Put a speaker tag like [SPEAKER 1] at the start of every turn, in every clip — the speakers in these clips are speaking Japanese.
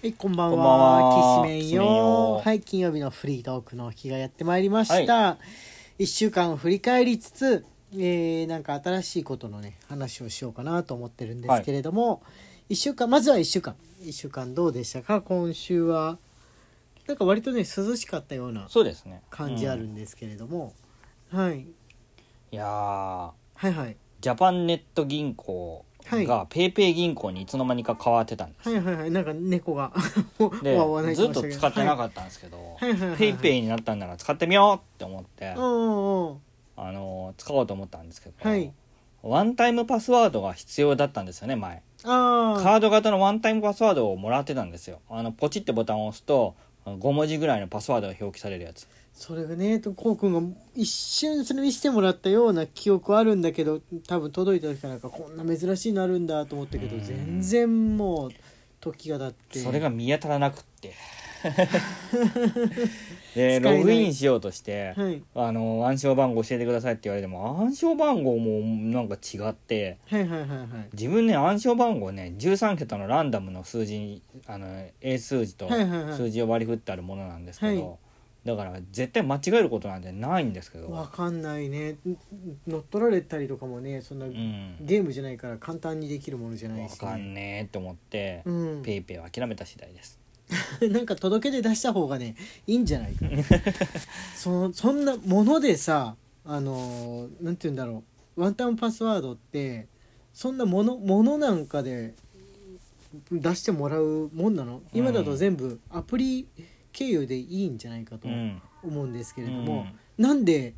[SPEAKER 1] はい、こんばんは。
[SPEAKER 2] こんばんは
[SPEAKER 1] きしめん
[SPEAKER 2] きしめん
[SPEAKER 1] よ
[SPEAKER 2] よ。
[SPEAKER 1] はい、金曜日のフリートークの日がやってまいりました。一、週間を振り返りつつ、えー、なんか新しいことのね、話をしようかなと思ってるんですけれども、一、週間、まずは一週間。一週間どうでしたか今週は。なんか割とね、涼しかったような
[SPEAKER 2] そうですね
[SPEAKER 1] 感じあ
[SPEAKER 2] う
[SPEAKER 1] る
[SPEAKER 2] ん
[SPEAKER 1] んですけれども、はい、
[SPEAKER 2] いやー
[SPEAKER 1] はいはい。
[SPEAKER 2] ジャパンネット銀行
[SPEAKER 1] は
[SPEAKER 2] がペイペイ銀行にいつの間にか変わってたんです、
[SPEAKER 1] はいはいはい。なんか猫が、 もう
[SPEAKER 2] で
[SPEAKER 1] もうわない
[SPEAKER 2] ずっと使ってな
[SPEAKER 1] っ
[SPEAKER 2] かったんですけど、
[SPEAKER 1] はいはいはいはい
[SPEAKER 2] ペイペイになったんなら使ってみようって思って、
[SPEAKER 1] た。うんうんうん。
[SPEAKER 2] あのー使おうと思ったんですけど、
[SPEAKER 1] はい
[SPEAKER 2] ワンタイムパスワードが必要だったんですよね前
[SPEAKER 1] ああ。
[SPEAKER 2] カード型のワンタイムパスワードをもらってたんですよあのポチってボタンを押すと5文字ぐらいのパスワードが表記されるやつ
[SPEAKER 1] それがねとこうくんが一瞬それ見せてもらったような記憶あるんだけど多分届いた時からなんかこんな珍しいのあるんだと思ったけど
[SPEAKER 2] うん
[SPEAKER 1] 全然もう時が経って
[SPEAKER 2] それが
[SPEAKER 1] は
[SPEAKER 2] 見当たらなくって
[SPEAKER 1] 使
[SPEAKER 2] で
[SPEAKER 1] えない
[SPEAKER 2] ログインしようとして、
[SPEAKER 1] い
[SPEAKER 2] あの暗証番号教えてくださいって言われても暗証番号もなんか違って
[SPEAKER 1] はいはいはいはい
[SPEAKER 2] 自分ね暗証番号ね13桁のランダムの数字にあの英数字と
[SPEAKER 1] はいはいはい
[SPEAKER 2] 数字を割り振ってあるものなんですけど、
[SPEAKER 1] は
[SPEAKER 2] だから絶対間違えることなんてないんですけど、
[SPEAKER 1] わかんないね乗っ取られたりとかもねそんな
[SPEAKER 2] うん、
[SPEAKER 1] ゲームじゃないから簡単にできるものじゃない
[SPEAKER 2] わ
[SPEAKER 1] し
[SPEAKER 2] かんねえと思って、
[SPEAKER 1] うん
[SPEAKER 2] ペイペイは諦めた次第です。
[SPEAKER 1] なんか届け出出した方がねいいんじゃないか なそそんなものでさあのーなんて言うんだろうワンタンパスワードってそんなものものなんかで出してもらうもんなの今だと全部アプリ経由でいいんじゃないかと
[SPEAKER 2] うん
[SPEAKER 1] 思うんですけれども、なんで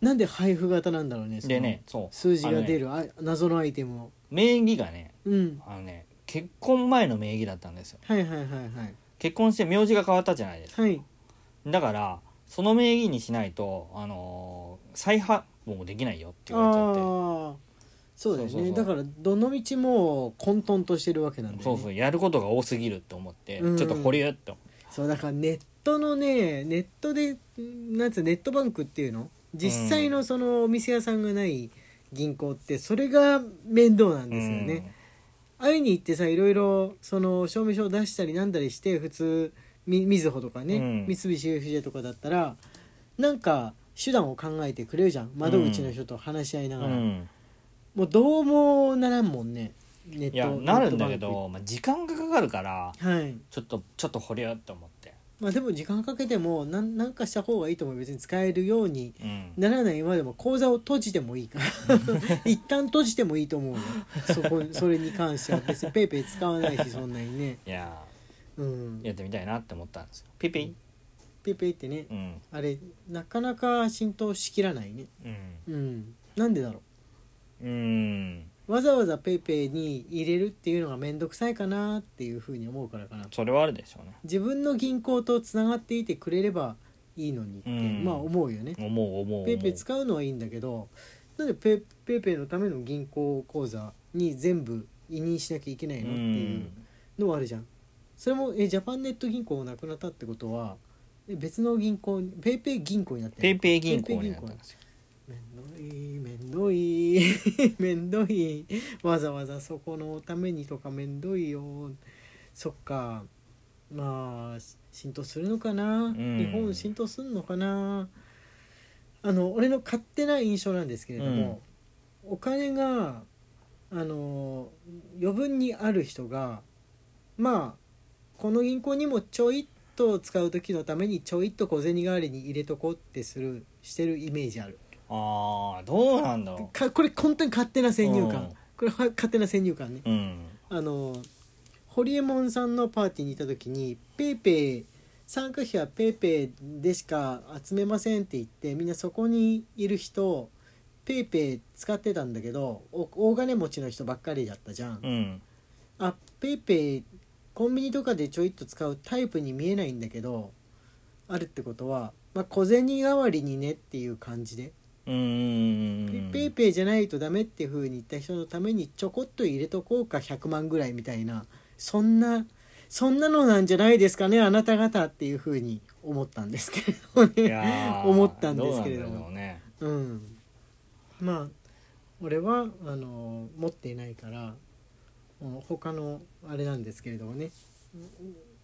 [SPEAKER 1] なんで配布型なんだろうね
[SPEAKER 2] う
[SPEAKER 1] そ
[SPEAKER 2] ん
[SPEAKER 1] の
[SPEAKER 2] でねそう
[SPEAKER 1] 数字が出
[SPEAKER 2] あのね
[SPEAKER 1] るあ、謎のアイテムを
[SPEAKER 2] 名義がね
[SPEAKER 1] うん
[SPEAKER 2] あのね結婚前の名義だったんですよ
[SPEAKER 1] はいはいはいはい
[SPEAKER 2] 結婚して名字が変わったじゃないですか
[SPEAKER 1] はい
[SPEAKER 2] だからその名義にしないと、あのー再発もできないよって言われちゃって
[SPEAKER 1] ああそうだよね
[SPEAKER 2] そうそうそう
[SPEAKER 1] だからどの道も混沌としてるわけなんだよね
[SPEAKER 2] そうそうやることが多すぎるって思って、
[SPEAKER 1] うん
[SPEAKER 2] ちょっと保留って思って
[SPEAKER 1] そうだからネットのねネットでんなんつうネットバンクっていうの実際のそのお店屋さんがない銀行ってそれが面倒なんですよね、会いに行ってさいろいろその証明書を出したりなんだりして普通みみずほとかね、
[SPEAKER 2] うん
[SPEAKER 1] 三菱 UFJ とかだったらなんか手段を考えてくれるじゃん窓口の人と話し合いな
[SPEAKER 2] う
[SPEAKER 1] がら、
[SPEAKER 2] ん、
[SPEAKER 1] もうどうもならんもんねネッ
[SPEAKER 2] いやなるんだけど、まあ、時間がかかるから
[SPEAKER 1] ネットバンクはい
[SPEAKER 2] ちょっとちょっと保留って思って、
[SPEAKER 1] まあでも時間かけてもなんなんかした方がいいと思う別に使えるように
[SPEAKER 2] うん
[SPEAKER 1] ならないまでも口座を閉じてもいいから 一旦閉じてもいいと思うよそこそれに関しては別にペイペイ使わないしそんなにね
[SPEAKER 2] いや
[SPEAKER 1] うん
[SPEAKER 2] ーやってみたいなって思ったんですよピピン
[SPEAKER 1] ペイペイってね
[SPEAKER 2] うん
[SPEAKER 1] あれなかなか浸透しきらないね
[SPEAKER 2] うん
[SPEAKER 1] うんなんでだろ
[SPEAKER 2] うん
[SPEAKER 1] うわざわざペイペイに入れるっていうのが面倒くさいかなっていうふうに思うからかな
[SPEAKER 2] それはあるでしょうね
[SPEAKER 1] 自分の銀行とつながっていてくれればいいのにって、
[SPEAKER 2] うん
[SPEAKER 1] まあ思うよね。
[SPEAKER 2] 思う思う思う
[SPEAKER 1] ペイペイ使うのはいいんだけどなんでペイペイペイのための銀行口座に全部委任しなきゃいけないうのっていうんうのはあるじゃん。それもえジャパンネット銀行がなくなったってことはえ別の銀行にペイペイ銀行になって
[SPEAKER 2] ペ
[SPEAKER 1] る
[SPEAKER 2] イペイ銀行になったんですよ
[SPEAKER 1] めんどいめんどい めんどいわざわざそこのためにとかめんどいよそっかまあし浸透するのかな、
[SPEAKER 2] ん
[SPEAKER 1] 日本浸透するのかなあの俺の勝手な印象なんですけれども、お金があの余分にある人がまあこの銀行にもちょいっと使う時のためにちょいっと小銭代わりに入れとこうってするしてるイメージある
[SPEAKER 2] ああどうなんだろ
[SPEAKER 1] かこれ本当に勝手な先入
[SPEAKER 2] うん
[SPEAKER 1] 観これは勝手な先入観ね
[SPEAKER 2] ううん
[SPEAKER 1] あのホリエモンさんのパーティーにいた時にペイペイ参加費はペイペイでしか集めませんって言ってみんなそこにいる人ペイペイ使ってたんだけどお大金持ちの人ばっかりだったじゃん、
[SPEAKER 2] うん
[SPEAKER 1] あペイペイコンビニとかでちょいっと使うタイプに見えないんだけどあるってことは、まあ、小銭代わりにねっていう感じで、
[SPEAKER 2] うんうんうんうん
[SPEAKER 1] ペイペイじゃないとダメっていうふうに言った人のためにちょこっと入れとこうか100万ぐらいみたいなそんなそんなのなんじゃないですかねあなた方っていうふうに思ったんですけれど
[SPEAKER 2] い
[SPEAKER 1] ね。
[SPEAKER 2] やー
[SPEAKER 1] 思ったんですけれども
[SPEAKER 2] うなんだろうね
[SPEAKER 1] うん、まあ俺はあの持っていないからうん他のあれなんですけれどもね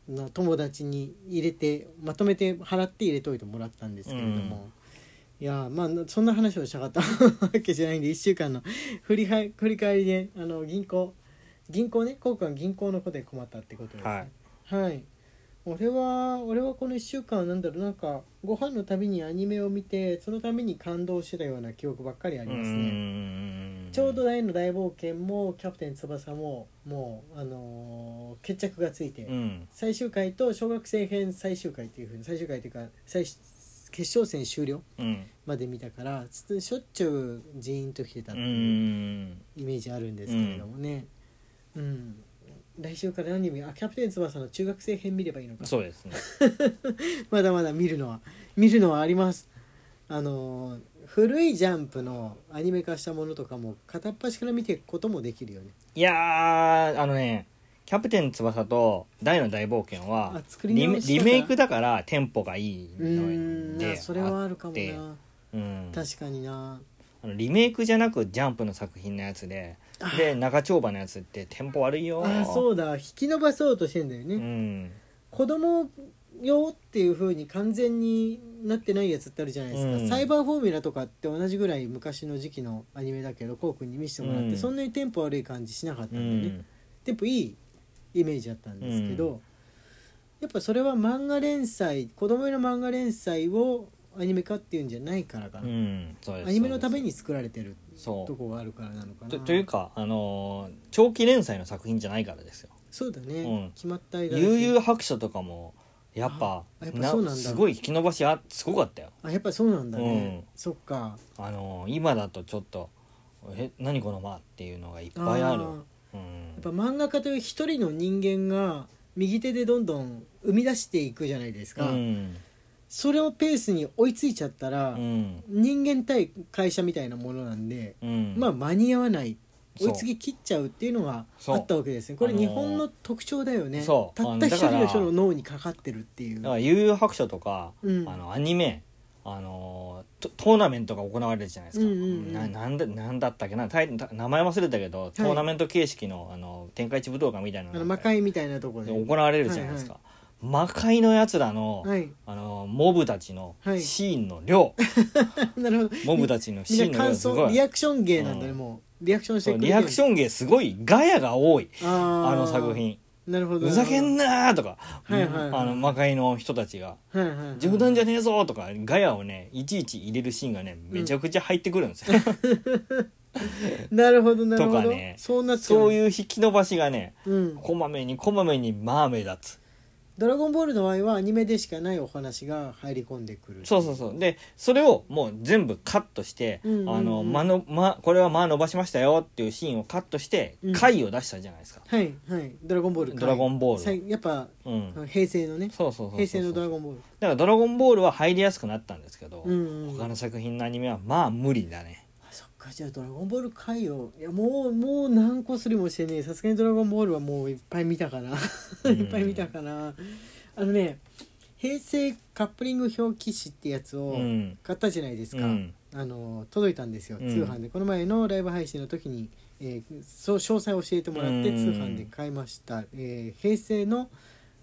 [SPEAKER 1] の友達に入れてまとめて払って入れといてもらったんですけれども、いやーまあそんな話をしたかったわけじゃないんで1週間の振りは振り返りであの銀行銀行ね効果は銀行のことで困ったってことですね。はい、俺は俺はこの1週間なんだろうなんかご飯のたびにアニメを見てそのために感動してたような記憶ばっかりありますね。
[SPEAKER 2] ね
[SPEAKER 1] ちょうど大の大冒険もキャプテン翼ももう、あのー決着がついて、
[SPEAKER 2] うん
[SPEAKER 1] 最終回と小学生編最終回っていうふうに最終回というか最終決勝戦終了
[SPEAKER 2] うん
[SPEAKER 1] まで見たからつしょっちゅうジーンと来てた
[SPEAKER 2] う
[SPEAKER 1] っ
[SPEAKER 2] んう
[SPEAKER 1] ていうんイメージあるんですけれどもね、うん来週から何見るあキャプテン翼の中学生編見ればいいのか
[SPEAKER 2] そうですね
[SPEAKER 1] まだまだ見るのは見るのはありますあのー古いジャンプのアニメ化したものとかも片っ端から見ていくこともできるよね
[SPEAKER 2] いやーあのね「キャプテン翼」と「大の大冒険は」
[SPEAKER 1] あ作り
[SPEAKER 2] リメ
[SPEAKER 1] 直し
[SPEAKER 2] リ
[SPEAKER 1] たから
[SPEAKER 2] メイクだからテンポがいいう
[SPEAKER 1] ー
[SPEAKER 2] の
[SPEAKER 1] んあ
[SPEAKER 2] で
[SPEAKER 1] それはあるか
[SPEAKER 2] あ
[SPEAKER 1] も
[SPEAKER 2] って
[SPEAKER 1] な
[SPEAKER 2] うん
[SPEAKER 1] 確かにな
[SPEAKER 2] あのリメイクじゃなくジャンプの作品のやつでで長丁場のやつってテンポ悪いよ
[SPEAKER 1] あそうだ引き伸ばそうとしてんだよね、
[SPEAKER 2] うん
[SPEAKER 1] 子供用っていう風に完全になってないやつってあるじゃないですか、
[SPEAKER 2] うん
[SPEAKER 1] サイバーフォーミュラとかって同じぐらい昔の時期のアニメだけどこうくんに見せてもらって、
[SPEAKER 2] うん
[SPEAKER 1] そんなにテンポ悪い感じしなかった
[SPEAKER 2] うん
[SPEAKER 1] でね、
[SPEAKER 2] ん
[SPEAKER 1] テンポいいイメージだったんですけど、
[SPEAKER 2] う
[SPEAKER 1] やっぱそれは漫画連載子供用の漫画連載をアニメ化っていうんじゃないからか
[SPEAKER 2] う
[SPEAKER 1] な、
[SPEAKER 2] んそうです
[SPEAKER 1] アニメのため
[SPEAKER 2] に
[SPEAKER 1] に作られてる
[SPEAKER 2] そう
[SPEAKER 1] とこがあるからなのかな
[SPEAKER 2] とというか、あのー長期連載の作品じゃないからですよ
[SPEAKER 1] そうだね、
[SPEAKER 2] うん
[SPEAKER 1] 決まっ
[SPEAKER 2] 「
[SPEAKER 1] た間だけ
[SPEAKER 2] 悠々白書」とかもやっぱ
[SPEAKER 1] あやっぱそうなんだ
[SPEAKER 2] すごい引き伸ばしあすごかったよ
[SPEAKER 1] あやっぱそうなんだね、
[SPEAKER 2] う
[SPEAKER 1] そっか
[SPEAKER 2] あのー今だとちょっと「え何この間」っていうのがいっぱいある
[SPEAKER 1] ー
[SPEAKER 2] う
[SPEAKER 1] やっ
[SPEAKER 2] ん
[SPEAKER 1] ぱ漫画家という一人の人間が右手でどんどん生み出していくじゃないですか、
[SPEAKER 2] うん
[SPEAKER 1] それをペースに追いついちゃったら、
[SPEAKER 2] うん
[SPEAKER 1] 人間対会社みたいなものなんで、
[SPEAKER 2] うん
[SPEAKER 1] まあ間に合わない
[SPEAKER 2] そう
[SPEAKER 1] 追いつき切っちゃうっていうのが
[SPEAKER 2] そ
[SPEAKER 1] あ
[SPEAKER 2] う
[SPEAKER 1] ったわけですねこれ
[SPEAKER 2] あのー
[SPEAKER 1] 日本の特徴だよね、
[SPEAKER 2] そう
[SPEAKER 1] た
[SPEAKER 2] あ
[SPEAKER 1] っ
[SPEAKER 2] の
[SPEAKER 1] た一
[SPEAKER 2] だ
[SPEAKER 1] 人
[SPEAKER 2] から
[SPEAKER 1] の人の脳にかかってるっていう
[SPEAKER 2] だから悠々白書とか、
[SPEAKER 1] うん
[SPEAKER 2] あのアニメあのトトーナメントが行われるじゃないですか、
[SPEAKER 1] うんうんうん
[SPEAKER 2] ななんだなんだったっけなタイタ名前忘れたけどトーナメント形式の,、あの天下一武道館みたいな
[SPEAKER 1] あ
[SPEAKER 2] の
[SPEAKER 1] の魔界みたいなとこ
[SPEAKER 2] で
[SPEAKER 1] で
[SPEAKER 2] 行われるじゃないですか、魔界のやつらの,、
[SPEAKER 1] はい
[SPEAKER 2] あのモブたちの
[SPEAKER 1] はい
[SPEAKER 2] シーンの 量、
[SPEAKER 1] なるほど
[SPEAKER 2] モブたちのシ
[SPEAKER 1] み
[SPEAKER 2] ーン
[SPEAKER 1] んな
[SPEAKER 2] の量
[SPEAKER 1] 感
[SPEAKER 2] す
[SPEAKER 1] 想
[SPEAKER 2] ご
[SPEAKER 1] リ
[SPEAKER 2] い
[SPEAKER 1] アクション芸なんだね、
[SPEAKER 2] うん
[SPEAKER 1] もうリアクションして
[SPEAKER 2] そ
[SPEAKER 1] く
[SPEAKER 2] う
[SPEAKER 1] れる
[SPEAKER 2] リアクション芸すごいガヤが多い
[SPEAKER 1] あー
[SPEAKER 2] あの作品
[SPEAKER 1] なるほど
[SPEAKER 2] ふざけんなーとか、
[SPEAKER 1] はいはいはい
[SPEAKER 2] あの魔界の人たちが
[SPEAKER 1] はいはいはい
[SPEAKER 2] 冗談じゃねえぞとかガヤをねいちいち入れるシーンがねめちゃくちゃ入ってくるんで すよ、
[SPEAKER 1] なるほどなるほど
[SPEAKER 2] とかね
[SPEAKER 1] そうなっちゃう
[SPEAKER 2] そういう引き伸ばしがね
[SPEAKER 1] うん、
[SPEAKER 2] こまめにこまめにまあ目立つ
[SPEAKER 1] ドラゴンボールの場合はアニメでしかないお話が入り込んでくる
[SPEAKER 2] そうそうそうでそれをもう全部カットして、
[SPEAKER 1] うんうんうん
[SPEAKER 2] あの間の間これは間伸ばしましたよっていうシーンをカットして
[SPEAKER 1] うん
[SPEAKER 2] 回を出したじゃないですか、
[SPEAKER 1] はいはいドラゴンボール
[SPEAKER 2] ドラゴンボ
[SPEAKER 1] さ
[SPEAKER 2] ール
[SPEAKER 1] いやっぱ
[SPEAKER 2] うん、
[SPEAKER 1] 平成のね
[SPEAKER 2] そうそうそうそう
[SPEAKER 1] 平成のドラゴンボール
[SPEAKER 2] だから「ドラゴンボール」は入りやすくなったんですけど、
[SPEAKER 1] うんうん
[SPEAKER 2] 他の作品のアニメはまあ無理だね
[SPEAKER 1] あそっかじゃあドラゴンボール回をいやもうもう何個するもしてねえさすがにドラゴンボールはもういっぱい見たかな
[SPEAKER 2] うん
[SPEAKER 1] いっぱい見たかなあのね平成カップリング表記誌ってやつ
[SPEAKER 2] う
[SPEAKER 1] を
[SPEAKER 2] ん
[SPEAKER 1] 買ったじゃないです
[SPEAKER 2] う
[SPEAKER 1] か、
[SPEAKER 2] ん
[SPEAKER 1] あの届いたんですよ、
[SPEAKER 2] うん
[SPEAKER 1] 通販でこの前のライブ配信の時に、えーそう詳細を教えてもらって
[SPEAKER 2] うん
[SPEAKER 1] 通販で買いました、えー平成の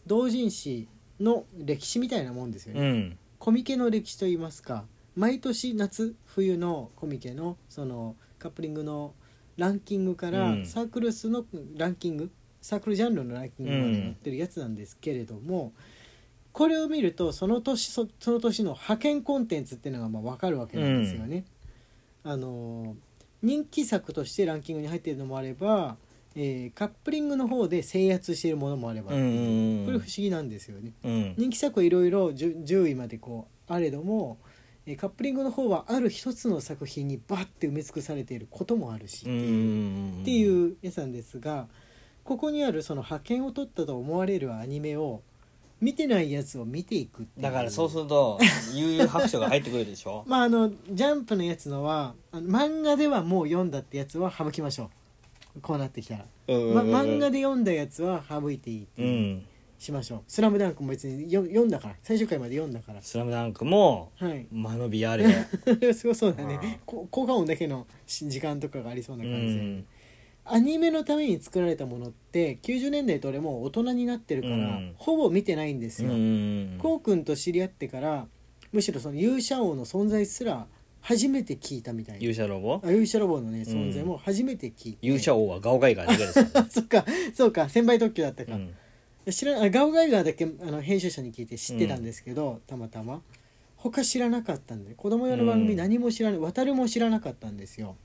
[SPEAKER 1] 同人誌の歴史みたいなもんですよね、
[SPEAKER 2] うん
[SPEAKER 1] コミケの歴史といいますか毎年夏冬のコミケのそのカップリングのランキングから、
[SPEAKER 2] うん
[SPEAKER 1] サークル数のランキングサークルジャンルのランキングまで載ってるやつなんですけれども、これを見るとその年そその年の派遣コンテンツっていうのがまあ分かるわけなんですよね。あのー人気作としてランキングに入っているのもあれば、えーカップリングの方で制圧しているものもあれば、
[SPEAKER 2] うんうん
[SPEAKER 1] これ不思議なんですよね。
[SPEAKER 2] うん
[SPEAKER 1] 人気作はいろいろ 10, 10位までこうあれどもえーカップリングの方はある一つの作品にバッて埋め尽くされていることもあるし、
[SPEAKER 2] う
[SPEAKER 1] っ
[SPEAKER 2] ん
[SPEAKER 1] ていうやつなんですがここにあるその派遣を取ったと思われるアニメを見てないやつを見ていくってい
[SPEAKER 2] だからそうすると悠々白書が入ってくるでしょ
[SPEAKER 1] まああのジャンプのやつのはあの漫画ではもう読んだってやつは省きましょうこうなってきたら、
[SPEAKER 2] ま
[SPEAKER 1] ま、漫画で読んだやつは省いていいって
[SPEAKER 2] う
[SPEAKER 1] いうんしましょう「スラムダンクも別によ読んだから最終回まで読んだから
[SPEAKER 2] 「スラムダンクも
[SPEAKER 1] はい
[SPEAKER 2] 間延びあれ
[SPEAKER 1] すごそうだ
[SPEAKER 2] うん
[SPEAKER 1] ねこ効果音だけのし時間とかがありそうな
[SPEAKER 2] う
[SPEAKER 1] 感じで、
[SPEAKER 2] ん
[SPEAKER 1] アニメのために作られたものって90年代と俺もう大人になってるから、
[SPEAKER 2] うん
[SPEAKER 1] ほぼ見てないんですよ。
[SPEAKER 2] ん
[SPEAKER 1] こうくんと知り合ってからむしろその勇者王の存在すら初めて聞いたみたいな
[SPEAKER 2] 勇者ロボ
[SPEAKER 1] あ勇者ロボのね存在も初めて聞いて、
[SPEAKER 2] 勇者王はガオガイガーだけですよ、
[SPEAKER 1] あ そっか そうか先輩特許だった
[SPEAKER 2] う
[SPEAKER 1] か、
[SPEAKER 2] ん
[SPEAKER 1] 知らないあガオガイガーだけあの編集者に聞いて知ってたんですけど、たまたま他知らなかったんで子供用の
[SPEAKER 2] う
[SPEAKER 1] 番組
[SPEAKER 2] ん
[SPEAKER 1] 何も知らない、渡るも知らなかったんですよ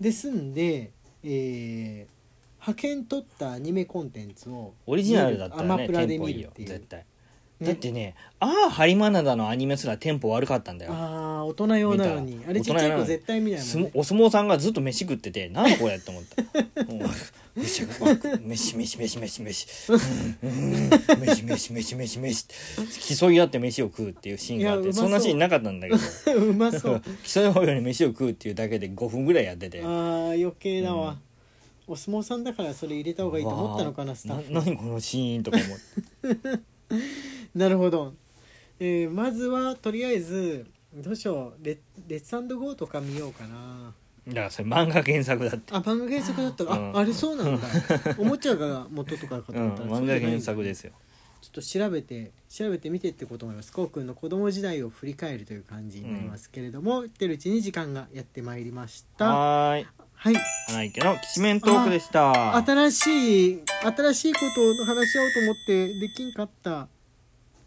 [SPEAKER 1] ですんで、えー派遣取ったアニメコンテンツを
[SPEAKER 2] オリジナルだったら
[SPEAKER 1] ア
[SPEAKER 2] ね
[SPEAKER 1] マプ
[SPEAKER 2] テ
[SPEAKER 1] ラ
[SPEAKER 2] ン
[SPEAKER 1] で
[SPEAKER 2] ポ
[SPEAKER 1] 見
[SPEAKER 2] いい
[SPEAKER 1] るっ
[SPEAKER 2] よ
[SPEAKER 1] ていう
[SPEAKER 2] 絶対
[SPEAKER 1] ね
[SPEAKER 2] だってね「ああハリマナダ」のアニメすらテンポ悪かったんだよ
[SPEAKER 1] あー大人用なのに
[SPEAKER 2] 見た
[SPEAKER 1] あれちっちゃい
[SPEAKER 2] 大人用なの
[SPEAKER 1] 子
[SPEAKER 2] に
[SPEAKER 1] 絶対見ない
[SPEAKER 2] す
[SPEAKER 1] もん、
[SPEAKER 2] も
[SPEAKER 1] ね、
[SPEAKER 2] お相撲さんがずっと飯食ってて「なんだこれ」って思ったもう飯飯飯飯飯飯うんうん飯飯飯飯飯競い合って飯を食うっていうシーンがあっ
[SPEAKER 1] いや
[SPEAKER 2] て
[SPEAKER 1] うまそ
[SPEAKER 2] そ
[SPEAKER 1] うん
[SPEAKER 2] なシーンなかったんだけど
[SPEAKER 1] うまそう
[SPEAKER 2] 競い合うように飯を食うっていうだけで5分 ぐらいやってて
[SPEAKER 1] あー余計だわ、お相撲さんだからそれ入れた方がいいと思ったのかなスタッフ
[SPEAKER 2] な何このシーンとか思って
[SPEAKER 1] なるほど、えーまずはとりあえずどうしようレッレッツゴーとか見ようかな
[SPEAKER 2] だからそれ漫画原作だって、
[SPEAKER 1] あ漫画原作だったら、
[SPEAKER 2] うん
[SPEAKER 1] ああれそ うなんだおもちゃが元とかかと
[SPEAKER 2] うん
[SPEAKER 1] 思ったら、
[SPEAKER 2] 漫画原作ですすよ
[SPEAKER 1] ちょっと調べて調べてみてってこと思いますこうくんの子供時代を振り返るという感じになりますけれども、言ってるうちに時間がやってまいりました
[SPEAKER 2] はーい
[SPEAKER 1] はい
[SPEAKER 2] 花池のきしめんトークでした
[SPEAKER 1] 新しい新しいことを話し合おうと思ってできんかった